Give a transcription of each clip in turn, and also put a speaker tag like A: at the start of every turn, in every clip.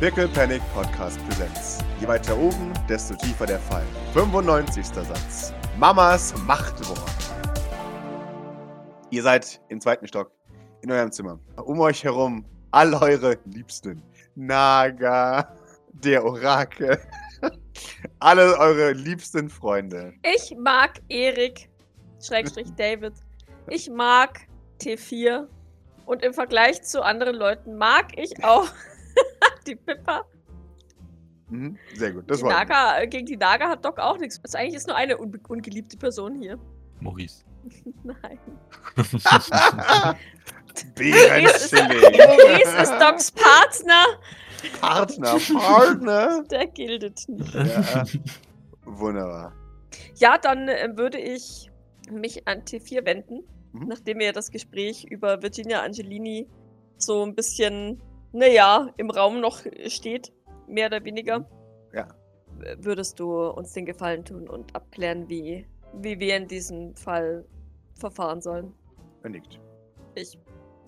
A: Pickle Panic Podcast Präsenz. Je weiter oben, desto tiefer der Fall. 95. Satz. Mamas Machtwort. Ihr seid im zweiten Stock, in eurem Zimmer. Um euch herum all eure Liebsten. Naga, der Orakel. Alle eure liebsten Freunde.
B: Ich mag Erik, Schrägstrich David. Ich mag T4. Und im Vergleich zu anderen Leuten mag ich auch die Pippa.
A: Mhm, sehr gut. Das
B: die
A: war.
B: Naga, gegen die Naga hat Doc auch nichts. Also eigentlich ist nur eine unbe- ungeliebte Person hier.
C: Maurice.
B: Nein.
A: Bärenschilling.
B: Maurice ist Docs Partner.
A: Partner, Partner.
B: Der gildet nicht.
A: Ja. Wunderbar.
B: Ja, dann äh, würde ich mich an T4 wenden,
A: Mhm.
B: nachdem wir ja das Gespräch über Virginia Angelini so ein bisschen, naja, im Raum noch äh, steht, mehr oder weniger.
A: Mhm. Ja.
B: W- Würdest du uns den Gefallen tun und abklären, wie, wie wir in diesem Fall verfahren sollen?
A: Er nickt.
B: Ich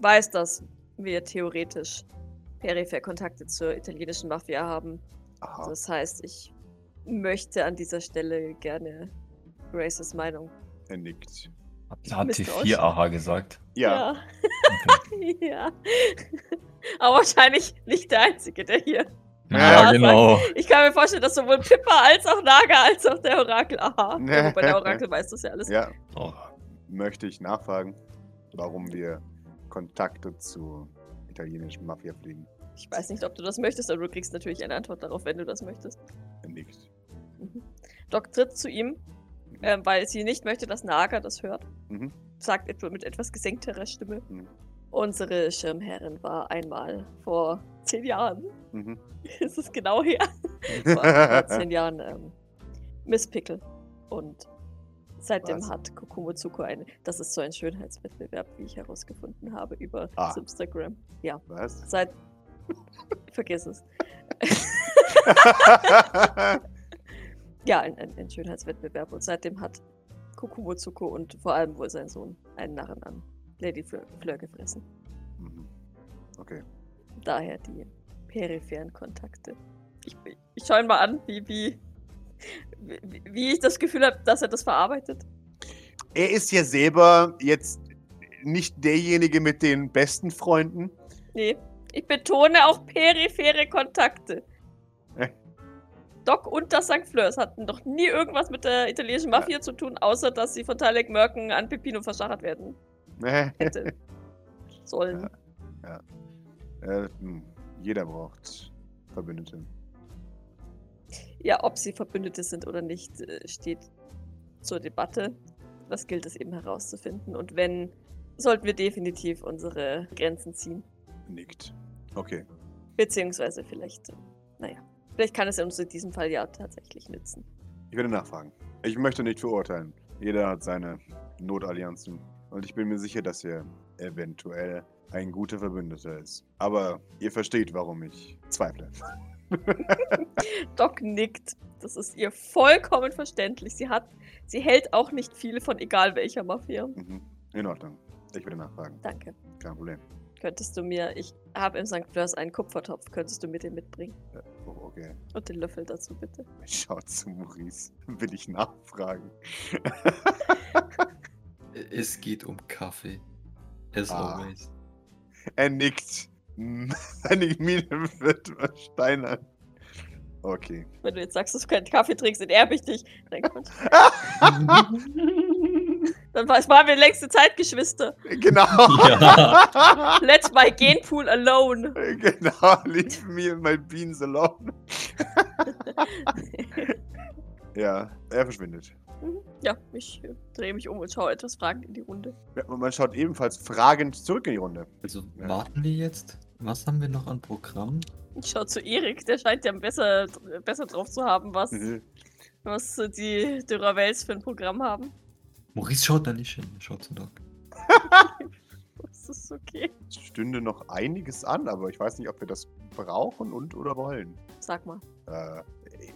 B: weiß, dass wir theoretisch peripher Kontakte zur italienischen Mafia haben.
A: Aha.
B: Das heißt, ich möchte an dieser Stelle gerne Graces Meinung
A: Er nickt.
C: Da hat
B: Müsst
C: sie
B: ihr euch-
C: vier Aha gesagt.
A: Ja.
C: Okay.
B: ja. Aber wahrscheinlich nicht der Einzige, der hier.
A: Ja,
C: ja,
B: sag-
C: genau.
B: Ich kann mir vorstellen, dass sowohl Pippa als auch Naga als auch der Orakel. Aha. Ja, wobei der Orakel weiß das ja alles.
A: Ja.
C: Oh,
A: Möchte ich nachfragen, warum wir Kontakte zur italienischen Mafia pflegen?
B: Ich weiß nicht, ob du das möchtest, aber du kriegst natürlich eine Antwort darauf, wenn du das möchtest.
A: Er nickt.
B: Mhm. Doc tritt zu ihm, ähm, weil sie nicht möchte, dass Naga das hört.
A: Mhm.
B: Sagt etwa mit etwas gesenkterer Stimme.
A: Mhm.
B: Unsere Schirmherrin war einmal vor zehn Jahren.
A: Mhm.
B: Ist es genau her? vor 14 Jahren ähm, Miss Pickle. Und seitdem
A: Was?
B: hat Kokomotsuko eine. Das ist so ein Schönheitswettbewerb, wie ich herausgefunden habe über
A: Ah.
B: Instagram. Ja,
A: Was?
B: seit. Vergiss es. Ja, ein, ein, ein Schönheitswettbewerb. Und seitdem hat Kokomotsuko und vor allem wohl sein Sohn einen Narren an Lady Fleur, Fleur gefressen.
A: Mhm. okay.
B: Daher die peripheren Kontakte. Ich, ich schaue ihn mal an, wie, wie, wie, wie ich das Gefühl habe, dass er das verarbeitet.
A: Er ist ja selber jetzt nicht derjenige mit den besten Freunden.
B: Nee, ich betone auch periphere Kontakte.
A: Hä?
B: Doc und das St. Fleurs hatten noch nie irgendwas mit der italienischen Mafia zu tun, außer dass sie von Talek Merken an Pepino verschachert werden hätte. Sollen.
A: Äh, hm, jeder braucht Verbündete.
B: Ja, ob sie Verbündete sind oder nicht, äh, steht zur Debatte. Was gilt es eben herauszufinden? Und wenn, sollten wir definitiv unsere Grenzen ziehen.
A: Nickt. Okay.
B: Beziehungsweise vielleicht, äh, naja, vielleicht kann es uns in diesem Fall ja tatsächlich nützen.
A: Ich werde nachfragen. Ich möchte nicht verurteilen. Jeder hat seine Notallianzen. Und ich bin mir sicher, dass er eventuell ein guter Verbündeter ist. Aber ihr versteht, warum ich zweifle.
B: Doc nickt. Das ist ihr vollkommen verständlich. Sie hat, sie hält auch nicht viel von egal welcher Mafia.
A: Mhm. In Ordnung. Ich werde nachfragen.
B: Danke.
A: Kein Problem.
B: Könntest du mir, ich habe im St. Flörs einen Kupfertopf, könntest du mir den mitbringen?
A: Oh, okay.
B: Und den Löffel dazu bitte.
A: Ich schaue zu Maurice. Will ich nachfragen.
D: Es geht um Kaffee. As
A: Ah.
D: always.
A: Er nickt. Seine Miene wird versteinern. Okay.
B: Wenn du jetzt sagst, dass du keinen Kaffee trinkst, enterbe ich dich. Dann, kommt- dann war- waren wir längste Zeit Geschwister.
A: Genau.
B: Let my Genpool alone.
A: Genau, leave me and my beans alone. ja, er verschwindet.
B: Mhm. ja, ich äh, drehe mich um und schaue etwas fragend in die Runde.
A: Ja, und Man schaut ebenfalls fragend zurück in die Runde.
D: Also
A: Ja.
D: warten wir jetzt? Was haben wir noch an Programm?
B: Ich schaue zu Erik, der scheint ja besser, besser drauf zu haben, was,
A: Mhm.
B: was äh, die Dürerwels für ein Programm haben.
D: Maurice schaut da nicht hin, er schaut zu Doc.
B: Das ist okay.
A: Es stünde noch einiges an, aber ich weiß nicht, ob wir das brauchen und oder wollen.
B: Sag mal.
A: Äh,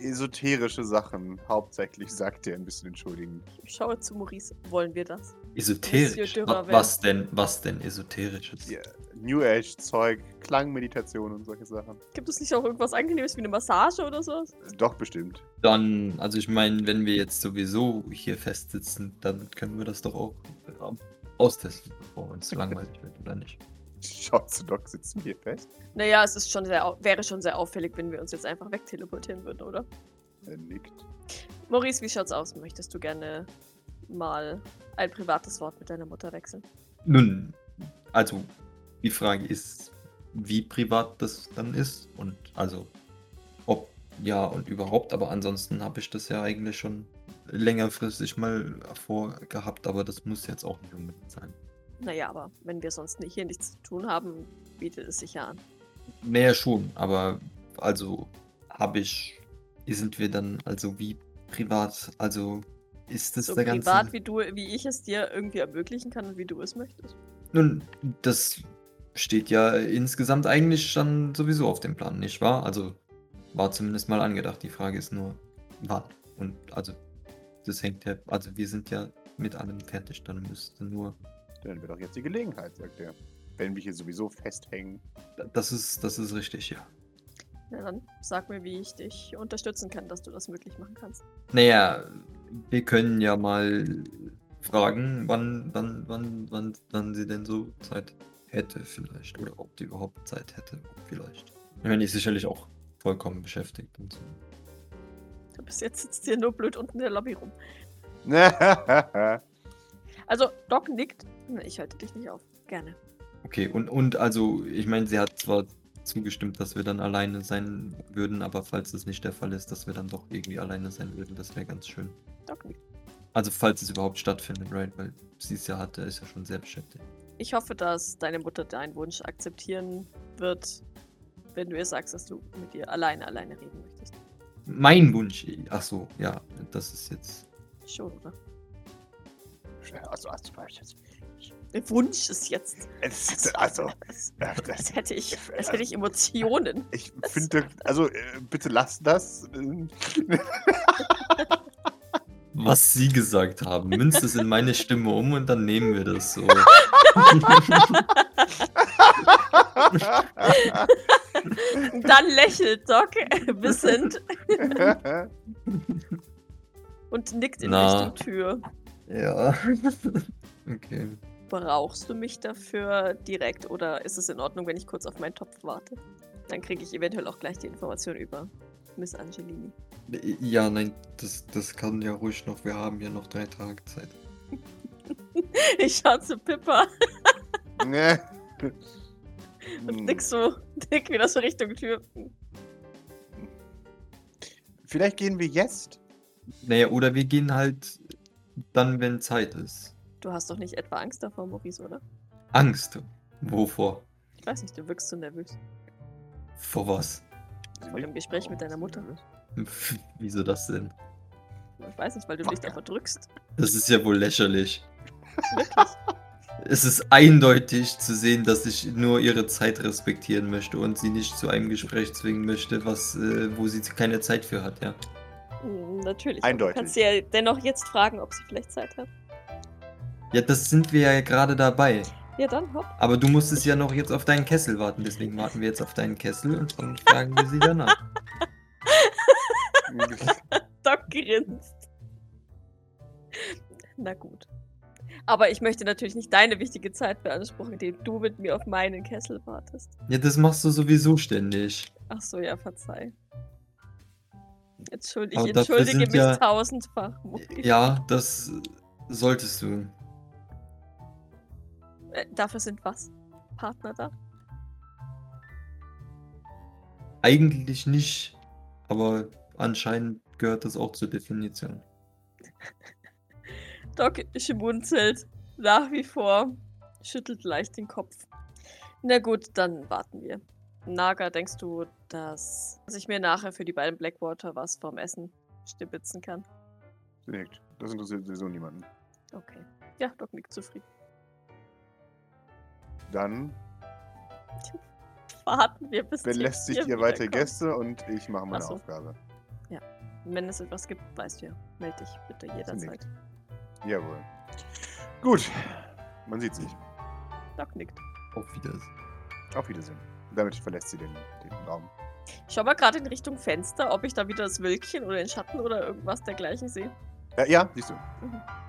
A: esoterische Sachen, hauptsächlich, sagt er ein bisschen entschuldigen.
B: Ich schaue zu Maurice. Wollen wir das?
D: Esoterisch.
B: Monsieur
D: Wa-
B: Dürerwelt.
D: Was denn, was denn esoterisches?
A: Ja, New Age-Zeug, Klangmeditation und solche Sachen.
B: Gibt es nicht auch irgendwas Angenehmes wie eine Massage oder so?
A: Doch, bestimmt.
D: Dann, also ich meine, wenn wir jetzt sowieso hier festsitzen, dann können wir das doch auch äh, austesten, bevor uns langweilig wird, oder nicht?
A: Schaut zu Doc, sitzen wir hier fest?
B: Naja, es ist schon sehr, au- wäre schon sehr auffällig, wenn wir uns jetzt einfach wegteleportieren würden, oder?
A: Er nickt.
B: Maurice, wie schaut's aus? Möchtest du gerne mal ein privates Wort mit deiner Mutter wechseln?
D: Nun, also die Frage ist, wie privat das dann ist und also ob ja und überhaupt, aber ansonsten habe ich das ja eigentlich schon längerfristig mal vorgehabt, aber das muss jetzt auch nicht unbedingt sein.
B: Naja, aber wenn wir sonst nicht, hier nichts zu tun haben, bietet es sich ja an.
D: Naja, schon, aber also habe ich, sind wir dann also wie privat, also ist das
B: so
D: der
B: privat,
D: ganze...
B: wie, du, wie ich es dir irgendwie ermöglichen kann und wie du es möchtest.
D: Nun, das steht ja insgesamt eigentlich dann sowieso auf dem Plan, nicht wahr? Also war zumindest mal angedacht. Die Frage ist nur, wann? Und also, das hängt ja, also wir sind ja mit allem fertig, dann müsste nur,
A: Dann wäre doch jetzt die Gelegenheit, sagt er. Wenn wir hier sowieso festhängen.
D: das ist, das ist richtig, ja.
B: Na dann sag mir, wie ich dich unterstützen kann, dass du das möglich machen kannst.
D: Naja, wir können ja mal fragen, wann, wann, wann, wann, wann sie denn so Zeit hätte vielleicht. Oder ob die überhaupt Zeit hätte, vielleicht. Ich meine, die ist sicherlich auch vollkommen beschäftigt und so.
B: Du bist jetzt sitzt hier nur blöd unten in der Lobby rum.
A: Nein,
B: Also, Doc nickt. Na, Ich halte dich nicht auf. Gerne.
D: Okay, und, und also, ich meine, sie hat zwar zugestimmt, dass wir dann alleine sein würden, aber falls das nicht der Fall ist, dass wir dann doch irgendwie alleine sein würden, das wäre ganz schön.
B: Doc nickt.
D: Also, falls es überhaupt stattfindet, right? Weil sie es ja hatte, ist ja schon sehr beschäftigt.
B: Ich hoffe, dass deine Mutter deinen Wunsch akzeptieren wird, wenn du ihr sagst, dass du mit ihr alleine, alleine reden möchtest.
D: Mein Wunsch, ach so, ja, das ist jetzt.
B: Schon, oder?
A: also, also, also,
B: Der Wunsch ist jetzt.
A: also, also, also
B: Als hätte ich, als hätte ich Emotionen.
A: ich finde, also, äh, bitte lass das. Ähm,
D: Was sie gesagt haben, münzt es in meine Stimme um und dann nehmen wir das so.
B: Dann lächelt Doc wissend und nickt in
D: Na.
B: Richtung Tür.
D: ja. okay.
B: Brauchst du mich dafür direkt oder ist es in Ordnung, wenn ich kurz auf meinen Topf warte? Dann kriege ich eventuell auch gleich die Information über Miss Angelini.
D: Ja, nein, das, das kann ja ruhig noch, wir haben ja noch drei Tage Zeit.
B: Ich schaue zu Pippa
A: Ne.
B: und
A: Hm,
B: nick so, nick wieder so Richtung Tür.
A: Vielleicht gehen wir jetzt.
D: Naja, oder wir gehen halt dann, wenn Zeit ist.
B: Du hast doch nicht etwa Angst davor, Maurice, oder?
D: Angst. Wovor?
B: Ich weiß nicht, du wirkst so nervös.
D: Vor was?
B: Vor dem Gespräch mit deiner Mutter.
D: Wieso das denn?
B: Ich weiß nicht, weil du dich da verdrückst.
D: Das ist ja wohl lächerlich.
B: Wirklich.
D: Es ist eindeutig zu sehen, dass ich nur ihre Zeit respektieren möchte und sie nicht zu einem Gespräch zwingen möchte, was, äh, wo sie keine Zeit für hat, ja.
B: Mm, Natürlich.
A: Eindeutig.
B: Du kannst sie ja dennoch jetzt fragen, ob sie vielleicht Zeit hat.
D: Ja, das sind wir ja gerade dabei.
B: Ja, dann hopp.
D: Aber du musstest ja noch jetzt auf deinen Kessel warten, deswegen warten wir jetzt auf deinen Kessel und dann fragen wir sie danach.
B: Doc grinst. Na gut. Aber ich möchte natürlich nicht deine wichtige Zeit beanspruchen, indem du mit mir auf meinen Kessel wartest.
D: Ja, das machst du sowieso ständig.
B: Ach so, ja, verzeih. Entschuldige,
D: Aber
B: ich
D: dafür
B: entschuldige
D: sind
B: mich
D: ja-
B: tausendfach. Mutti.
D: Ja, das solltest du.
B: Äh, dafür sind was? Partner da?
D: Eigentlich nicht, aber anscheinend gehört das auch zur Definition.
B: Doc schmunzelt nach wie vor, schüttelt leicht den Kopf. Na gut, dann warten wir. Naga, denkst du, dass ich mir nachher für die beiden Blackwater was vom Essen stibitzen kann?
A: Nickt. Das interessiert sowieso niemanden.
B: Okay. Ja, Doc nickt zufrieden.
A: Dann
B: Warten wir bis
A: belästigt
B: Tier
A: ihr weitere
B: wiederkommt.
A: Gäste und ich mache meine
B: Ach so.
A: Aufgabe.
B: Wenn es etwas gibt, weißt du ja. Meld dich bitte jederzeit.
A: Jawohl. Gut. Man sieht sich.
B: Doc nickt.
D: Auf Wiedersehen.
A: Auf Wiedersehen. Und damit verlässt sie den, den Raum.
B: Ich schau mal gerade in Richtung Fenster, ob ich da wieder das Wölkchen oder den Schatten oder irgendwas dergleichen sehe.
A: Ja, Äh, ja siehst du.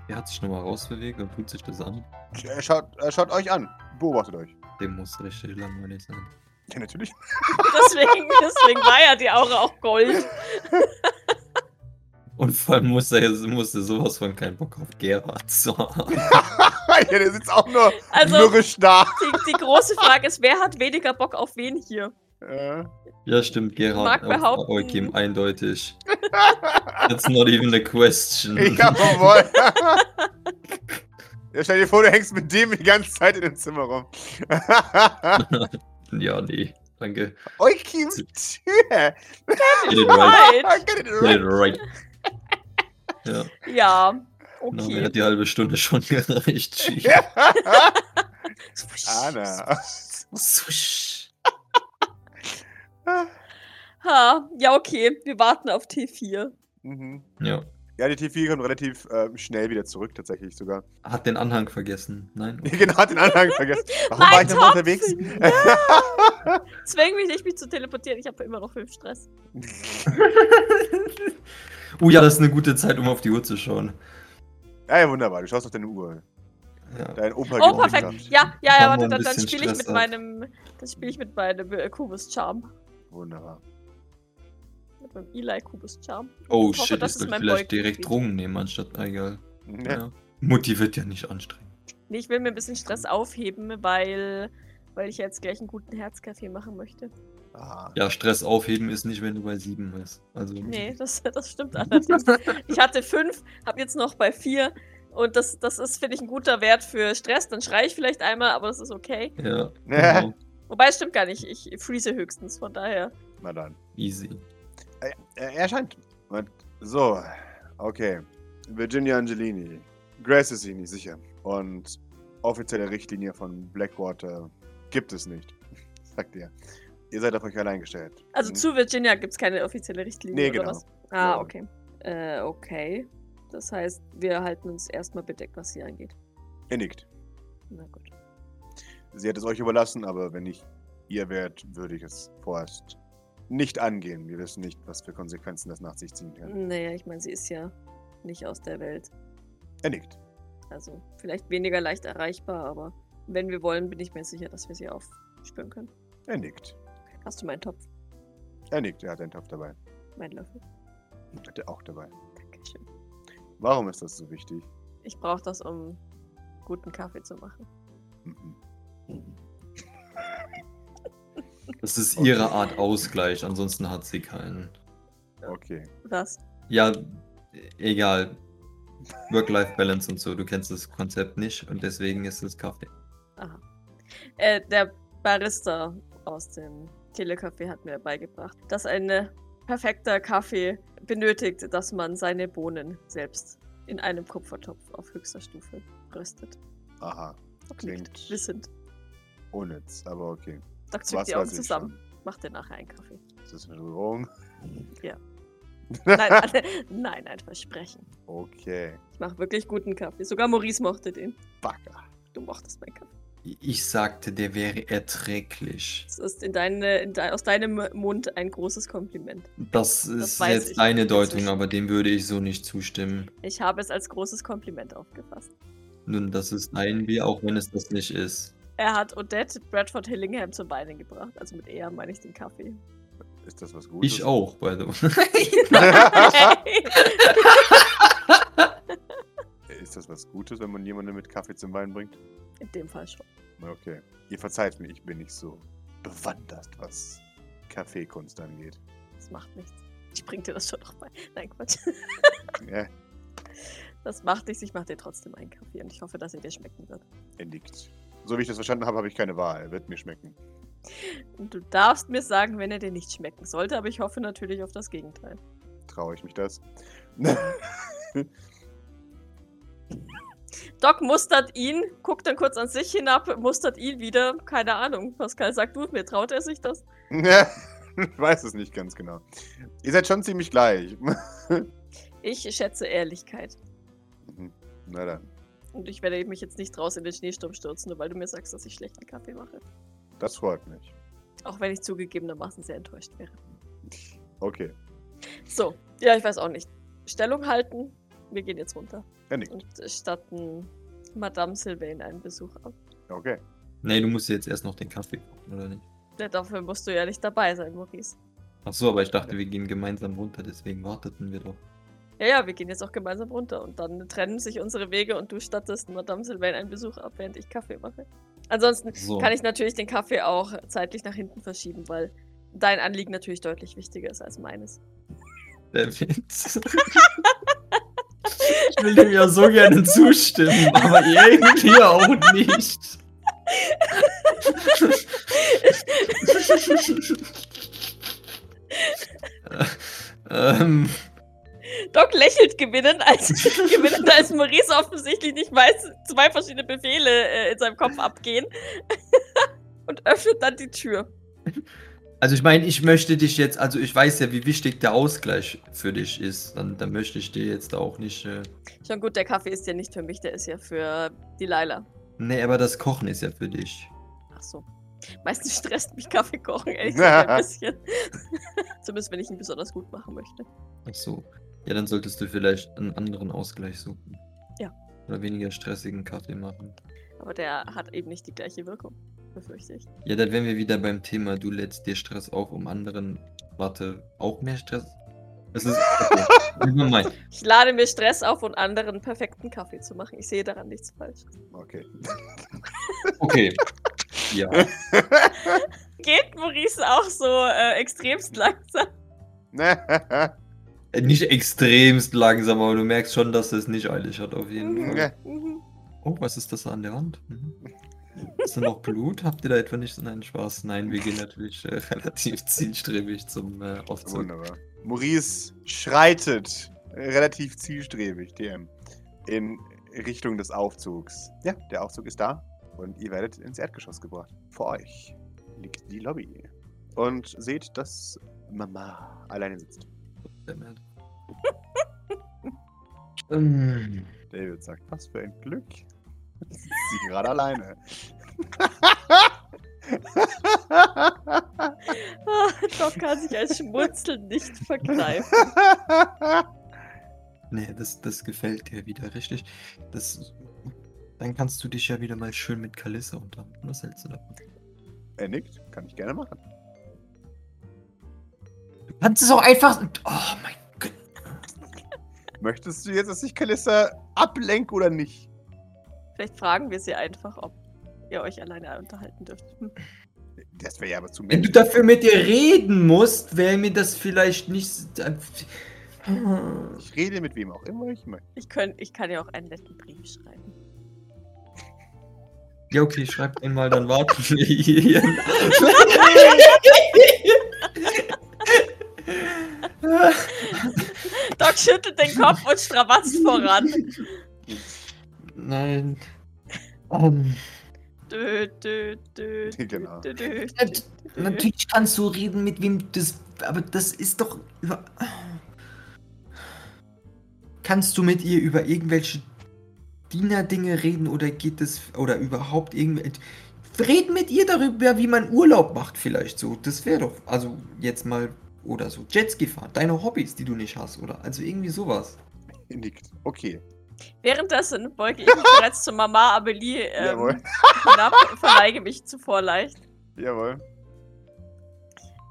D: Er hat sich nochmal rausbewegt und tut sich das an.
A: Er Äh, schaut, er schaut euch an. Beobachtet euch.
D: Dem muss richtig langweilig sein.
A: Ja, natürlich.
B: Deswegen, deswegen war ja die Aura auch Gold.
D: Und vor allem muss er, jetzt- muss er sowas von keinen Bock auf Gerhard so haben.
A: ja, der sitzt auch nur
B: Also
A: mürrisch da.
B: die, die große Frage ist, wer hat weniger Bock auf wen hier?
A: Äh,
D: Ja, stimmt,
B: Mag
D: Gerhard.
B: behaupten-
D: Eukim, eindeutig. That's not even a question.
A: ja, jawohl. ja, stell dir vor, du hängst mit dem die ganze Zeit in dem Zimmer rum.
D: ja, nee. Danke.
A: Eukim, Tür.
D: Get it right.
B: Right.
A: Ah, Get it
D: Get
A: right.
D: it right. Ja,
B: Ja,
D: na, mir
B: okay.
D: hat die halbe Stunde schon gereicht. Schief.
A: Anna.
D: Oh, Swish.
B: Ha, ja, okay. Wir warten auf T4.
A: Mhm.
D: Ja.
A: Ja, die T4 kommt relativ ähm, schnell wieder zurück, tatsächlich sogar.
D: Hat den Anhang vergessen. Nein.
A: genau, hat den Anhang vergessen. Warum
B: Mein
A: war ich nochmal
B: Topf!
A: unterwegs?
B: Zwäng mich nicht, mich zu teleportieren. Ich habe immer noch fünf Stress.
D: Oh ja, das ist eine gute Zeit, um auf die Uhr zu schauen.
A: ja, ja, wunderbar. Du schaust auf deine Uhr.
D: Ja.
A: Dein Opa
B: Oh,
A: geht
B: perfekt.
A: runter.
B: Ja, ja, ja,
D: Machen wir
B: warte, dann,
D: ein
B: dann
D: bisschen
B: spiele ich
D: Stress
B: mit
D: ab.
B: meinem. Dann spiele ich mit meinem äh, Kubus Charm.
A: Wunderbar.
B: Mit meinem Eli Kubus Charm.
D: Oh
B: Ich hoffe,
D: shit,
B: das
D: ich
B: ist
D: soll
B: mein
D: vielleicht
B: Boy-Gebiet.
D: direkt Drogen nehmen, anstatt. Ah, egal.
A: Ja.
D: Ja. Mutti wird ja nicht anstrengend.
B: Nee, ich will mir ein bisschen Stress aufheben, weil, weil ich ja jetzt gleich einen guten Herzkaffee machen möchte.
A: Ah.
D: Ja, Stress aufheben ist nicht, wenn du bei sieben bist. Also.
B: Nee, das, das stimmt allerdings. Ich hatte fünf, habe jetzt noch bei vier. Und das, das ist, finde ich, ein guter Wert für Stress. Dann schreie ich vielleicht einmal, aber das ist okay.
D: Ja.
A: Ja.
D: Genau.
B: Wobei, es stimmt gar nicht. Ich freeze höchstens, von daher.
A: Na dann.
D: Easy.
A: Er Äh, er erscheint. Und so, okay. Virginia Angelini. Grace ist sich nicht sicher. Und offizielle Richtlinie von Blackwater gibt es nicht. Sagt er. Ihr seid auf euch allein gestellt.
B: Also
A: Mhm.
B: zu Virginia gibt es keine offizielle Richtlinie.
A: Nee,
B: oder
A: genau.
B: Was? Ah,
A: Ja.
B: okay. Äh, okay. Das heißt, wir halten uns erstmal bedeckt, was hier angeht.
A: Er nickt.
B: Na gut.
A: Sie hat es euch überlassen, aber wenn ich ihr wärt, würde ich es vorerst nicht angehen. Wir wissen nicht, was für Konsequenzen das nach sich ziehen kann.
B: Naja, ich meine, sie ist ja nicht aus der Welt.
A: Er nickt.
B: Also vielleicht weniger leicht erreichbar, aber wenn wir wollen, bin ich mir sicher, dass wir sie aufspüren können.
A: Er nickt.
B: Hast du meinen Topf?
A: Er nickt. Er hat einen Topf dabei.
B: Meinen Löffel?
A: Hat er auch dabei.
B: Dankeschön.
A: Warum ist das so wichtig?
B: Ich brauche das, um guten Kaffee zu machen.
A: Mhm.
D: Das ist ihre Art Ausgleich, ansonsten hat sie keinen.
A: Okay.
B: Was?
D: Ja, egal. Work-Life-Balance und so, du kennst das Konzept nicht und deswegen ist es Kaffee.
B: Aha. Äh, der Barista aus dem Telecafé hat mir beigebracht, dass ein äh, perfekter Kaffee benötigt, dass man seine Bohnen selbst in einem Kupfertopf auf höchster Stufe röstet.
A: Aha.
B: Klingt
A: Klingt-
B: wissend.
A: Unnütz, aber okay.
B: Da zuckt die
A: weiß
B: Augen
A: ich
B: zusammen. Mach dir nachher einen Kaffee.
A: schon. Ist das eine Rührung?
B: Nein, nein, ein Versprechen.
A: Okay.
B: Ich mache wirklich guten Kaffee. Sogar Maurice mochte den.
A: Backer.
B: Du mochtest meinen Kaffee.
D: Ich sagte, der wäre erträglich.
B: Das ist in deine, in de, aus deinem Mund ein großes Kompliment.
D: Das ist
B: weiß ich.
D: jetzt eine Deutung,
B: Inzwischen.
D: aber dem würde ich so nicht zustimmen.
B: Ich habe es als großes Kompliment aufgefasst.
D: Nun, das ist ein Bier, auch wenn es das nicht ist.
B: Er hat Odette Bradford Hillingham zum Weinen gebracht. Also mit er meine ich den Kaffee.
A: Ist das was Gutes?
D: Ich auch, by the way.
A: Ist das was Gutes, wenn man jemanden mit Kaffee zum Wein bringt?
B: in dem Fall schon.
A: Okay. Ihr verzeiht mir, ich bin nicht so bewandert, was Kaffeekunst angeht.
B: Das macht nichts. Ich bring dir das schon noch bei. Nein, Quatsch.
A: Ja,
B: Das macht nichts. Ich mache dir trotzdem einen Kaffee und ich hoffe, dass er dir schmecken wird.
A: er nickt. So wie ich das verstanden habe, habe ich keine Wahl. Er wird mir schmecken.
B: Und du darfst mir sagen, wenn er dir nicht schmecken sollte, aber ich hoffe natürlich auf das Gegenteil.
A: Traue ich mich das?
B: Doc mustert ihn, guckt dann kurz an sich hinab, mustert ihn wieder. Keine Ahnung. Pascal sagt, du, mir traut er sich das?
A: ich weiß es nicht ganz genau. Ihr seid schon ziemlich gleich.
B: Ich schätze Ehrlichkeit.
A: Mhm. Na dann.
B: Und ich werde mich jetzt nicht raus in den Schneesturm stürzen, nur weil du mir sagst, dass ich schlechten Kaffee mache.
A: Das freut mich.
B: Auch wenn ich zugegebenermaßen sehr enttäuscht wäre.
A: Okay.
B: So, ja, ich weiß auch nicht. Stellung halten. Wir gehen jetzt runter
A: Er nickt.
B: und statten Madame Sylvain einen Besuch ab.
A: Okay.
D: Nee, du musst jetzt erst noch den Kaffee kochen, oder nicht?
B: Ja, dafür musst du ja nicht dabei sein, Maurice.
D: Ach so, aber ich dachte, wir gehen gemeinsam runter, deswegen warteten wir doch.
B: Ja, ja, wir gehen jetzt auch gemeinsam runter und dann trennen sich unsere Wege und du stattest Madame Sylvain einen Besuch ab, während ich Kaffee mache. Ansonsten
D: So.
B: kann ich natürlich den Kaffee auch zeitlich nach hinten verschieben, weil dein Anliegen natürlich deutlich wichtiger ist als meines.
D: Der Witz. ich will dem ja so gerne zustimmen, aber irgendwie auch nicht. Äh, ähm,
B: Doc lächelt gewinnend, als, gewinnend, als Maurice offensichtlich nicht weiß, zwei verschiedene Befehle äh, in seinem Kopf abgehen. und öffnet dann die Tür.
D: also ich meine, ich möchte dich jetzt, also ich weiß ja, wie wichtig der Ausgleich für dich ist. Dann, dann möchte ich dir jetzt auch nicht. Äh,
B: Schon gut, der Kaffee ist ja nicht für mich, der ist ja für Delilah.
D: nee, aber das Kochen ist ja für dich.
B: Ach so. Meistens stresst mich Kaffee kochen, ehrlich gesagt, ein bisschen. Zumindest, wenn ich ihn besonders gut machen möchte.
D: Ach so. Ja, dann solltest du vielleicht einen anderen Ausgleich suchen.
B: Ja.
D: Oder weniger stressigen Kaffee machen.
B: Aber der hat eben nicht die gleiche Wirkung, befürchte ich.
D: Ja, dann wären wir wieder beim Thema, du lädst dir Stress auf, um anderen, warte, auch mehr Stress? Es ist, okay. never mind.
B: Ich lade mir Stress auf, um anderen perfekten Kaffee zu machen. Ich sehe daran nichts Falsches.
A: Okay.
D: okay. Ja,
B: Geht Maurice auch so äh, extremst langsam?
D: Äh, nicht extremst langsam, aber du merkst schon, dass es nicht eilig hat auf jeden Fall.
B: Mhm.
D: Oh, was ist das da an der Hand? Mhm. Ist da noch Blut? Habt ihr da etwa nicht so einen Spaß? Nein, wir gehen natürlich äh, relativ zielstrebig zum äh, Aufzug.
A: Wunderbar. Maurice schreitet relativ zielstrebig, DM, in Richtung des Aufzugs. Ja, der Aufzug ist da und ihr werdet ins Erdgeschoss gebracht. Vor euch liegt die Lobby. Und seht, dass Mama alleine sitzt.
D: Verdammt. Ähm,
A: David sagt, was für ein Glück. Sitzt sie gerade alleine.
B: Ah, Doc kann sich als Schmunzeln nicht verkneifen.
D: nee, das, das gefällt dir wieder richtig. Das, dann kannst du dich ja wieder mal schön mit Kalissa unterhalten. Was hältst du davon?
A: er nickt, kann ich gerne machen.
D: Du kannst es auch einfach. Oh mein Gott.
A: Möchtest du jetzt, dass ich Kalissa ablenke oder nicht?
B: Vielleicht fragen wir sie einfach, ob ihr euch alleine unterhalten dürft. Hm.
A: Das wäre ja aber zu
D: Wenn du
A: menschlich.
D: dafür mit ihr reden musst, wäre mir das vielleicht nicht.
A: Ich rede mit wem auch immer ich möchte.
B: Hm. Ich, könnt, ich kann ja auch einen netten Brief schreiben.
D: Ja, okay, schreib einmal, dann warten wir hier.
B: Doc schüttelt den Kopf und strabatzt voran.
D: Nein. Ähm,
B: Dö, dö, dö, dö,
A: Genau.
B: dö, dö,
D: nat-
B: dö.
D: natürlich kannst du reden, mit wem du das. Aber das ist doch. Über kannst du mit ihr über irgendwelche Dienerdinge reden oder geht es. Oder überhaupt irgendwelche. Red mit ihr darüber, wie man Urlaub macht, vielleicht so. Das wäre doch. Also jetzt mal. Oder so. Jetski fahren. Deine Hobbys, die du nicht hast, oder? Also irgendwie sowas.
A: Er nickt. Okay.
B: Währenddessen beuge ich mich bereits zu Mama Amelie ähm,
A: Jawohl.
B: hinab und verneige mich zuvor leicht.
A: Jawohl.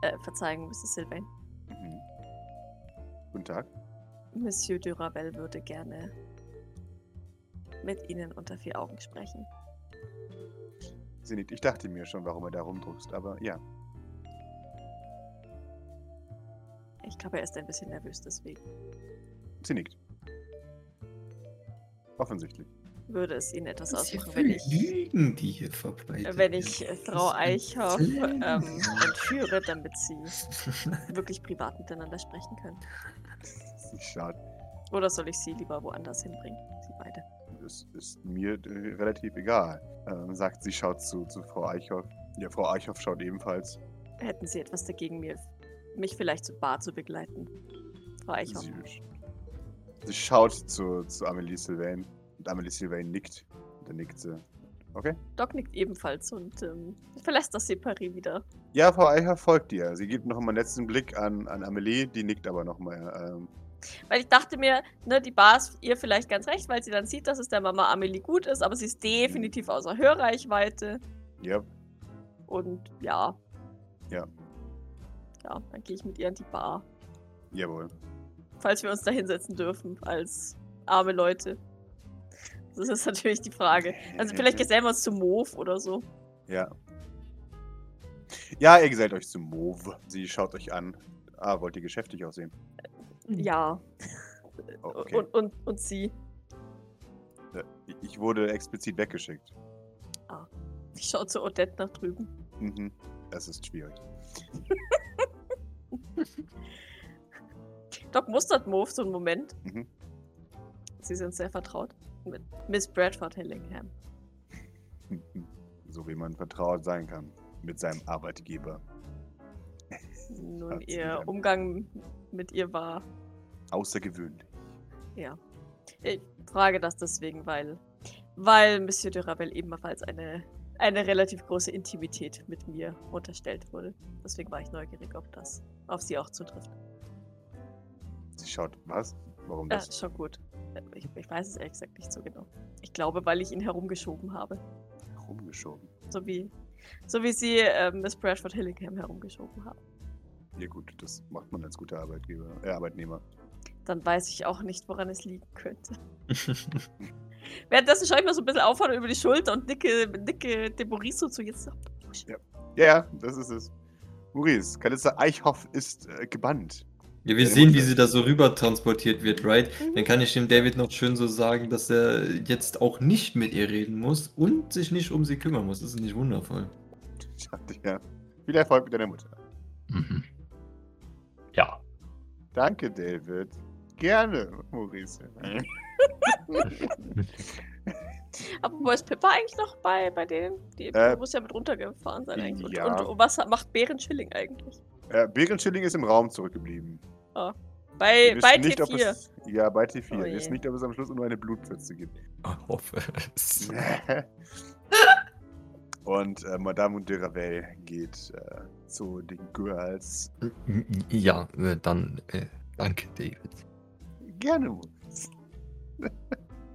B: Äh, Verzeihung, Mrs. Sylvain.
A: Mhm. Guten Tag.
B: Monsieur Duravel würde gerne mit Ihnen unter vier Augen sprechen.
A: Sie nickt. Ich dachte mir schon, warum er da rumdruckst, aber ja.
B: Ich glaube, er ist ein bisschen nervös deswegen.
A: Sie nickt. Offensichtlich.
B: Würde es Ihnen etwas
D: Was
B: ausmachen,
D: für
B: wenn ich,
D: Lügen, die hier verbreitet
B: wenn ich äh,
D: werden?
B: Frau
D: Das ist ein
B: Eichhoff
D: Zellen.
B: ähm, entführe, damit Sie wirklich privat miteinander sprechen können?
A: Schade.
B: Oder soll ich Sie lieber woanders hinbringen? Sie beide.
A: Es ist mir äh, relativ egal. Ähm, sagt sie, schaut zu, zu Frau Eichhoff. Ja, Frau Eichhoff schaut ebenfalls.
B: Hätten Sie etwas dagegen, mir, mich vielleicht zur Bar zu begleiten? Frau Eichhorn.
A: Sie, sie schaut zu, zu Amelie Sylvain. Und Amelie Sylvain nickt. Und dann nickt sie. Okay.
B: Doc nickt ebenfalls und ähm, verlässt das Separé wieder.
A: Ja, Frau Eicher folgt dir. Sie gibt noch mal einen letzten Blick an, an Amelie, die nickt aber noch mal. Ähm,
B: Weil ich dachte mir, ne, die Bar ist ihr vielleicht ganz recht, weil sie dann sieht, dass es der Mama Amelie gut ist, aber sie ist definitiv außer Hörreichweite.
A: ja,
B: Und ja.
A: Ja.
B: Ja, dann gehe ich mit ihr an die Bar.
A: jawohl.
B: falls wir uns da hinsetzen dürfen als arme Leute. Das ist natürlich die Frage. Also vielleicht gesellen wir uns zu Move oder so.
A: Ja. Ja, ihr gesellt euch zu Move. Sie schaut euch an. Ah, wollt ihr geschäftig aussehen?
B: Ja.
A: Oh, Okay.
B: Äh, Und, und, und sie.
A: Ich wurde explizit weggeschickt.
B: Ich schaue zu Odette nach drüben.
A: Mhm. Das ist schwierig.
B: Doc mustert Move so einen Moment.
A: Mhm.
B: Sie sind sehr vertraut mit Miss Bradford Hillingham.
A: Mhm. So wie man vertraut sein kann mit seinem Arbeitgeber.
B: Nun,
A: Hat sie
B: ihr
A: dann-
B: Umgang mit ihr war.
A: Außergewöhnlich.
B: Ich frage das deswegen, weil. Weil Monsieur de Ravel ebenfalls eine, eine relativ große Intimität mit mir unterstellt wurde. Deswegen war ich neugierig, ob das auf sie auch zutrifft.
A: Sie schaut, was? Warum
B: Ja,
A: das?
B: ist schon gut. Äh, Ich, ich weiß es ehrlich gesagt nicht so genau. Ich glaube, weil ich ihn herumgeschoben habe.
A: Rumgeschoben.
B: So wie, so wie sie ähm, Miss Bradford Hillingham herumgeschoben haben.
A: Ja gut, das macht man als guter Arbeitgeber, äh, Arbeitnehmer.
B: Dann weiß ich auch nicht, woran es liegen könnte. Währenddessen schaue ich mir so ein bisschen aufhören über die Schulter und nicke, nicke de Boriso zu jetzt.
A: Ja, ja, das ist es. Maurice, Kalissa Eichhoff ist äh, gebannt.
D: Ja, wir
A: Ja,
D: sehen,
A: gut,
D: wie
A: ja.
D: sie da so rüber transportiert wird, right?
B: Mhm.
D: Dann kann ich dem David noch schön so sagen, dass er jetzt auch nicht mit ihr reden muss und sich nicht um sie kümmern muss. Das ist nicht wundervoll.
A: Schade, ja. Viel Erfolg mit deiner Mutter.
C: Mhm. Ja.
A: Danke, David. Gerne, Maurice.
B: Aber wo ist Pippa eigentlich noch bei, bei denen? Die
A: Äh,
B: muss ja mit runtergefahren sein eigentlich.
A: ja.
B: Und, und was macht Bären Schilling eigentlich?
A: äh, Beren Schilling ist im Raum zurückgeblieben.
B: Bei,
A: Wir
B: bei
A: wissen nicht, ob
B: T4.
A: es- Ja, bei T4.
B: Oh
A: Wir
B: je.
A: wissen nicht, ob es am Schluss nur eine Blutpfütze gibt.
C: Ich Ah, hoffe es.
A: und äh, Madame de Ravel geht äh, zu den Girls.
C: Ja, äh, dann äh, danke, David.
A: Gerne, Maurice.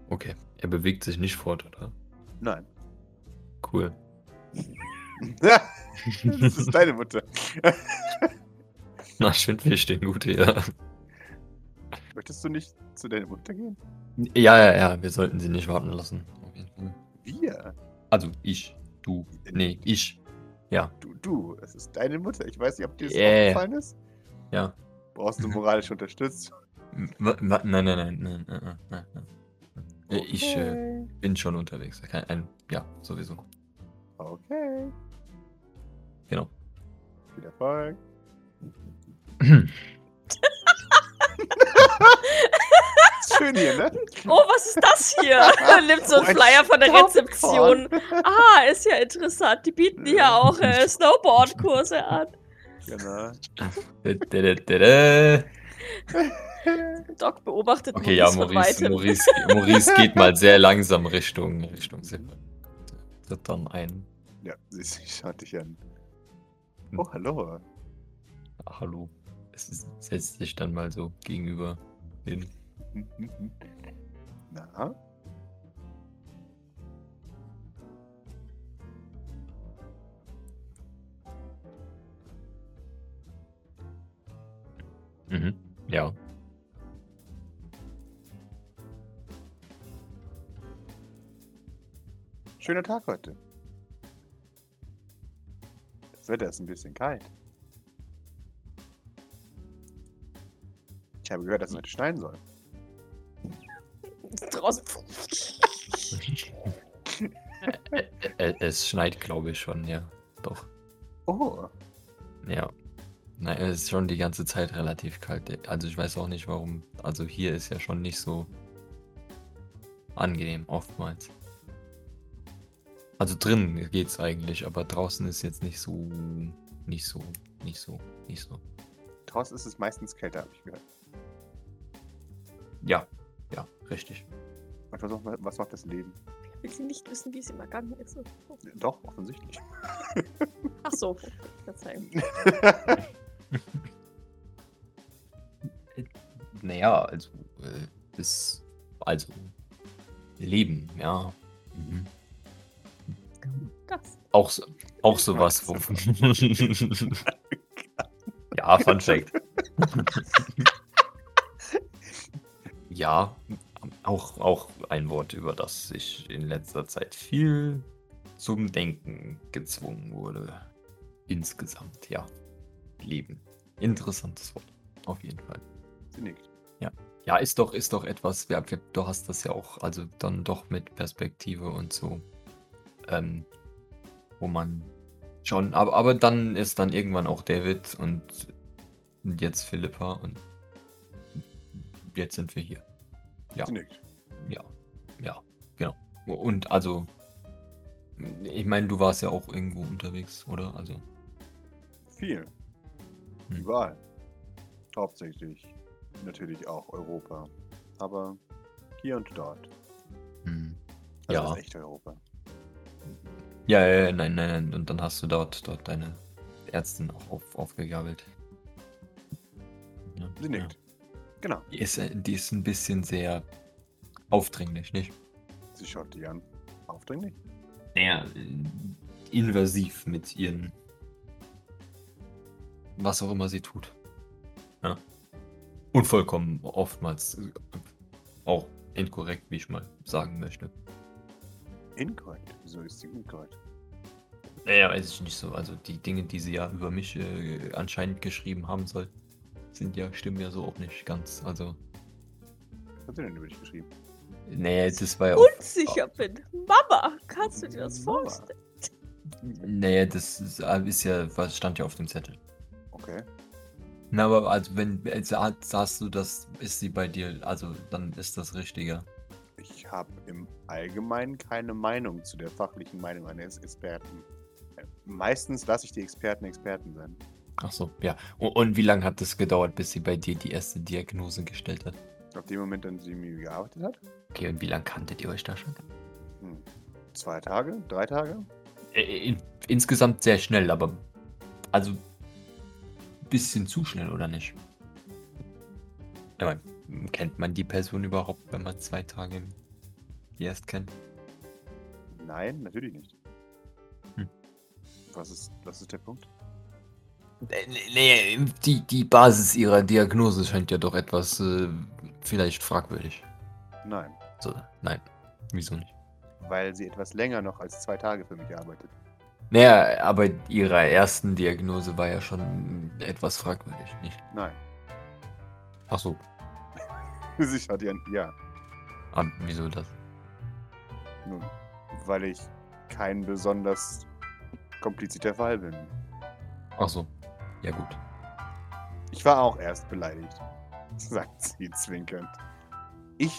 C: Okay. Er bewegt sich nicht fort, oder?
A: Nein.
C: Cool.
A: das ist deine Mutter.
C: Na, ich finde wir stehen gut hier.
A: Möchtest du nicht zu deiner Mutter gehen?
C: Ja, ja, ja, wir sollten sie nicht warten lassen. Auf jeden Fall.
A: Wir?
C: Also ich, du, nee, ich.
A: Du, du. Es ist deine Mutter. Ich weiß nicht, ob dir das
C: Yeah.
A: aufgefallen ist.
C: Ja.
A: Brauchst du moralische Unterstützung?
C: M- wa- wa- Nein, nein, nein, nein, nein, nein, nein. nein. Äh, Ich äh,
A: Okay.
C: bin schon unterwegs. Kein, ein, ja, sowieso.
A: Okay.
C: Genau.
A: Viel Erfolg.
C: Äh,
A: Ist schön hier, ne?
B: Oh, was ist das hier? Er nimmt so
A: Oh,
B: einen
A: ein
B: Flyer von der
A: Stoppkorn.
B: Rezeption. Ah, ist ja interessant. Die bieten hier auch äh, Snowboard-Kurse an.
A: Genau.
C: Da, da, da, da, da.
B: Doc beobachtet
C: Okay, ja,
B: Maurice von Weitem.
C: Maurice, Maurice, Maurice geht mal sehr langsam Richtung Richtung Silber. Tritt dann ein.
A: Ja, sie sie schaut dich an.
C: Hm.
A: Oh, hallo.
C: Ah, hallo. Es ist, setzt sich dann mal so gegenüber hin.
A: Hm, Na?
C: Mhm. Ja.
A: Schöner Tag heute. Das Wetter ist ein bisschen kalt. Ich habe gehört, dass es heute schneien soll.
C: ne?
B: Draußen.
C: Ä- äh, Es schneit, glaube ich, schon, ja. Doch.
A: Oh,
C: Ja. Nein, es ist schon die ganze Zeit relativ kalt. Also ich weiß auch nicht warum. Also hier ist ja schon nicht so angenehm oftmals. Also drinnen geht's eigentlich, aber draußen ist jetzt nicht so, nicht so, nicht so, nicht so.
A: draußen ist es meistens kälter, habe ich gehört.
C: Ja, ja, richtig.
A: Und was macht, was macht das Leben?
B: Wir Will sie nicht wissen, wie es ihm ergangen ist? Oh.
A: Doch, offensichtlich.
B: Ach so, Verzeihung.
C: Naja, also, äh, das, also, Leben, ja. Mhm.
B: Das.
C: Auch, so- auch sowas. wo- ja, Fun Fact. ja, auch, auch ein Wort, über das ich in letzter Zeit viel zum Denken gezwungen wurde. Insgesamt, ja. Leben. Interessantes Wort. Auf jeden Fall.
A: Sie nickt.
C: Ja, ist doch, ist doch etwas, ja, wir- du hast das ja auch, also dann doch mit Perspektive und so, ähm, wo man schon, aber, aber dann ist dann irgendwann auch David und, und jetzt Philippa und jetzt sind wir hier. Ja.
A: Sie nickt.
C: Ja, ja, genau. Und also, ich meine, du warst ja auch irgendwo unterwegs, oder? Also,
A: Viel.
C: Hm.
A: Überall. Hauptsächlich natürlich auch Europa. Aber hier und dort.
C: hm.
A: Also
C: ja.
A: das echte Europa.
C: ja, ja, ja, nein, nein, nein. Und dann hast du dort, dort deine Ärztin auch auf, aufgegabelt. Ja,
A: Sie
C: ja.
A: nickt. Genau.
C: Die ist, äh, die ist ein bisschen sehr aufdringlich, nicht?
A: Sie schaut dich an. Aufdringlich?
C: Naja, invasiv mit ihren. Was auch immer sie tut. Ja. Unvollkommen, oftmals äh, auch inkorrekt, wie ich mal sagen möchte.
A: Inkorrekt. Wieso ist sie inkorrekt?
C: Naja, weiß ich nicht so. Also die Dinge, die sie ja über mich äh, anscheinend geschrieben haben soll, sind ja, stimmen ja so auch nicht ganz. Also.
A: Was hat sie denn über dich geschrieben?
C: Naja, das
D: Oh
C: war ja auch.
B: Unsicher bin. Mama, kannst du dir das
A: Mama.
B: vorstellen?
C: Naja, das ist, äh, ist ja, was stand ja auf dem Zettel.
A: Okay.
C: Na, aber also wenn also sagst du, das ist sie bei dir, also dann ist das richtiger.
A: Ich habe im Allgemeinen keine Meinung zu der fachlichen Meinung eines Experten. Äh, Meistens lasse ich die Experten Experten sein.
C: Ach so, ja. Und, und wie lange hat es gedauert, bis sie bei dir die erste Diagnose gestellt hat?
A: Ab dem Moment, an dem sie gearbeitet hat?
C: Okay, und wie lange kanntet ihr euch da schon?
A: Hm. Zwei Tage? Drei Tage?
C: Äh, in, insgesamt sehr schnell, aber also bisschen zu schnell, oder nicht? Ich mein, kennt man die Person überhaupt, wenn man zwei Tage erst kennt?
A: Nein, natürlich nicht.
C: Hm.
A: Was, ist, was ist der Punkt?
C: Äh, Nee, nee, die, die Basis ihrer Diagnose scheint ja doch etwas äh, vielleicht fragwürdig.
A: Nein,
C: So, nein. Wieso nicht?
A: weil sie etwas länger noch als zwei Tage für mich arbeitet.
C: Naja, aber ihrer ersten Diagnose war ja schon etwas fragwürdig, nicht?
A: Nein.
C: Ach so,
A: sie schaut ihr an. Ja.
C: ah, wieso das?
A: Nun, weil ich kein besonders komplizierter Fall bin.
C: Ach so, ja gut.
A: Ich war auch erst beleidigt, sagt sie zwinkernd. Ich,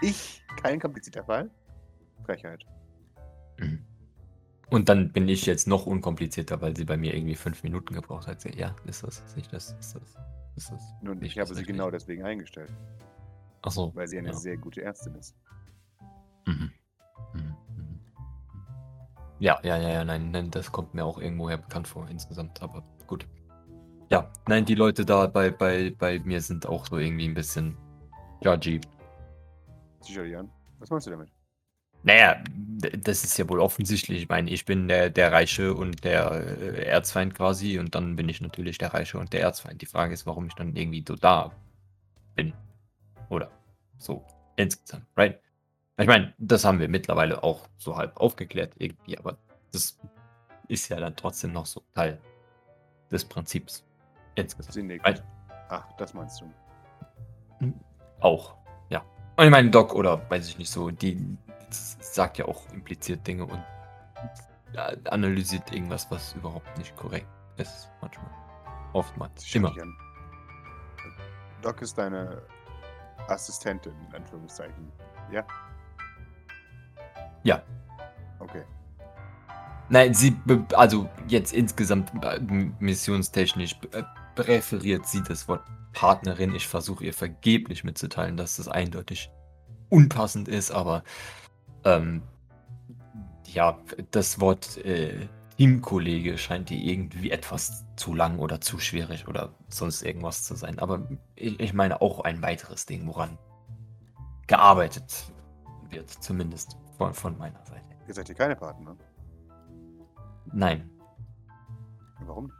A: ich, kein komplizierter Fall? Frechheit.
C: Mhm. Und dann bin ich jetzt noch unkomplizierter, weil sie bei mir irgendwie fünf Minuten gebraucht hat. Ja, ist das, ist nicht das, ist das, ist das.
A: Nun,
C: Nicht
A: ich habe sie
C: tatsächlich.
A: genau deswegen eingestellt,
C: Ach so.
A: weil sie eine
C: ja.
A: sehr gute Ärztin ist.
C: Mhm. Mhm. Mhm. Ja, ja, ja, ja, nein, nein, das kommt mir auch irgendwoher bekannt vor insgesamt, aber gut. Ja, nein, die Leute da bei, bei, bei mir sind auch so irgendwie ein bisschen judgy.
A: Sie schaut dich an. Was meinst du damit?
C: Naja, d- das ist ja wohl offensichtlich. Ich meine, ich bin der, der Reiche und der äh, Erzfeind quasi und dann bin ich natürlich der Reiche und der Erzfeind. Die Frage ist, warum ich dann irgendwie so da bin. Oder so insgesamt, right? Ich meine, das haben wir mittlerweile auch so halb aufgeklärt irgendwie, aber das ist ja dann trotzdem noch so Teil des Prinzips insgesamt.
A: Sie nickt.
C: Nein.
A: Ach, das meinst du.
C: Auch, ja. Und ich meine, Doc oder weiß ich nicht so, die s- sagt ja auch impliziert Dinge und a- analysiert irgendwas, was überhaupt nicht korrekt ist, manchmal.
A: Sie
C: Oftmals.
A: schaut
C: Immer.
A: dich an. Doc ist deine Assistentin, in Anführungszeichen. Ja?
C: Ja.
A: Okay.
C: Nein, sie, be- also jetzt insgesamt äh, m- missionstechnisch äh, präferiert sie das Wort Partnerin. Ich versuche ihr vergeblich mitzuteilen, dass das eindeutig unpassend ist, aber Ähm, ja, das Wort äh, Teamkollege scheint dir irgendwie etwas zu lang oder zu schwierig oder sonst irgendwas zu sein. Aber ich, ich meine auch ein weiteres Ding, woran gearbeitet wird, zumindest von, von meiner Seite.
A: Ihr seid hier keine Partner.
C: Nein,
A: Warum?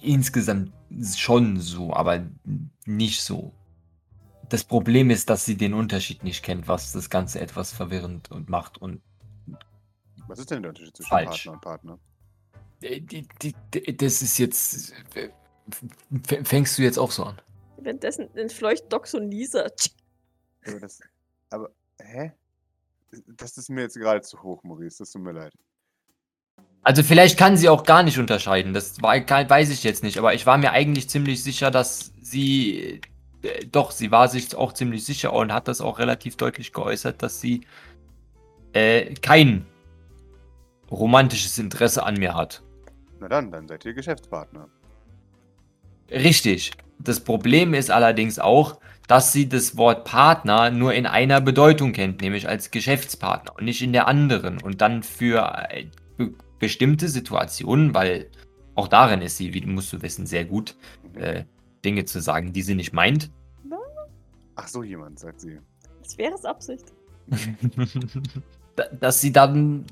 C: insgesamt schon so, aber nicht so. Das Problem ist, dass sie den Unterschied nicht kennt, was das Ganze etwas verwirrend und macht und
A: Was ist denn der Unterschied zwischen
C: Falsch.
A: Partner und Partner?
C: Äh, die- die- die- Das ist jetzt. äh, f- Fängst du jetzt auch so an?
B: Währenddessen entfleucht Doc so ein Nieser.
A: Aber, das, aber, hä? Das ist mir jetzt gerade zu hoch, Maurice. Das tut mir leid.
C: Also vielleicht kann sie auch gar nicht unterscheiden. Das war, kann- weiß ich jetzt nicht. Aber ich war mir eigentlich ziemlich sicher, dass sie äh, doch, sie war sich auch ziemlich sicher und hat das auch relativ deutlich geäußert, dass sie äh, kein romantisches Interesse an mir hat.
A: Na dann, dann seid ihr Geschäftspartner.
C: Richtig. Das Problem ist allerdings auch, dass sie das Wort Partner nur in einer Bedeutung kennt, nämlich als Geschäftspartner und nicht in der anderen. Und dann für äh, be bestimmte Situationen, weil auch darin ist sie, wie musst du wissen, sehr gut,
A: Mhm.
C: äh, Dinge zu sagen, die sie nicht meint.
A: Ach, so jemand, sagt sie.
B: Das wäre es Absicht.
C: Da- dass sie dann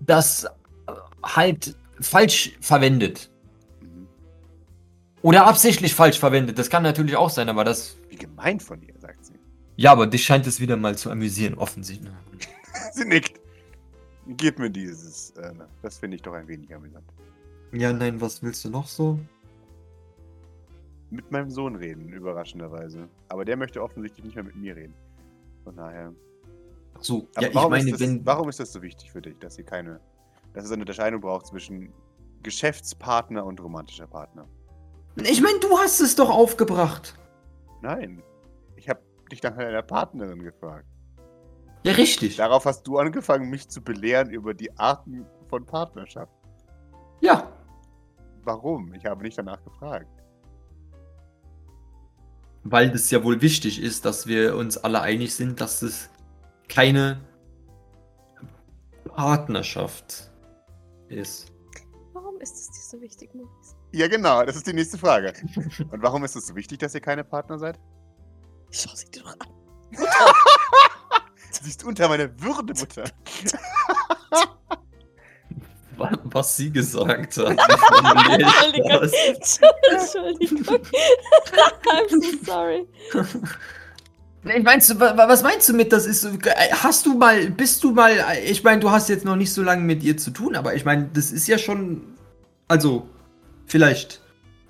C: das äh, halt falsch verwendet.
A: Mhm.
C: Oder absichtlich falsch verwendet. Das kann natürlich auch sein, aber das.
A: Wie gemein von ihr, sagt sie.
C: Ja, aber dich scheint es wieder mal zu amüsieren, offensichtlich.
A: sie nickt. Gib mir dieses. Äh, das finde ich doch ein wenig amüsant.
D: Ja, nein, was willst du noch so?
A: Mit meinem Sohn reden, überraschenderweise. Aber der möchte offensichtlich nicht mehr mit mir reden. Von daher.
D: Ach so,
A: Aber
D: ja, ich
A: warum,
D: meine,
A: ist das,
D: wenn.
A: warum ist das so wichtig für dich, dass ihr keine. Dass es eine Unterscheidung braucht zwischen Geschäftspartner und romantischer Partner?
D: Ich meine, du hast es doch aufgebracht.
A: Nein. Ich habe dich nach einer Partnerin gefragt.
D: Ja, richtig.
A: Darauf hast du angefangen, mich zu belehren über die Arten von Partnerschaft.
D: Ja.
A: Warum? Ich habe nicht danach gefragt.
D: Weil das ja wohl wichtig ist, dass wir uns alle einig sind, dass es keine Partnerschaft ist.
B: Warum ist es dir so wichtig, Maurice?
A: Ja, genau, das ist die nächste Frage. Und warum ist es so wichtig, dass ihr keine Partner seid?
B: Schau sie dir doch an.
A: Du siehst unter meiner Würde, Mutter.
D: Wa- Was sie gesagt hat.
B: Entschuldigung. Entschuldigung. I'm so sorry.
D: Ich meinst du, wa- wa- was meinst du mit, das ist so, hast du mal, bist du mal, ich meine, du hast jetzt noch nicht so lange mit ihr zu tun, aber ich meine, das ist ja schon, also, vielleicht,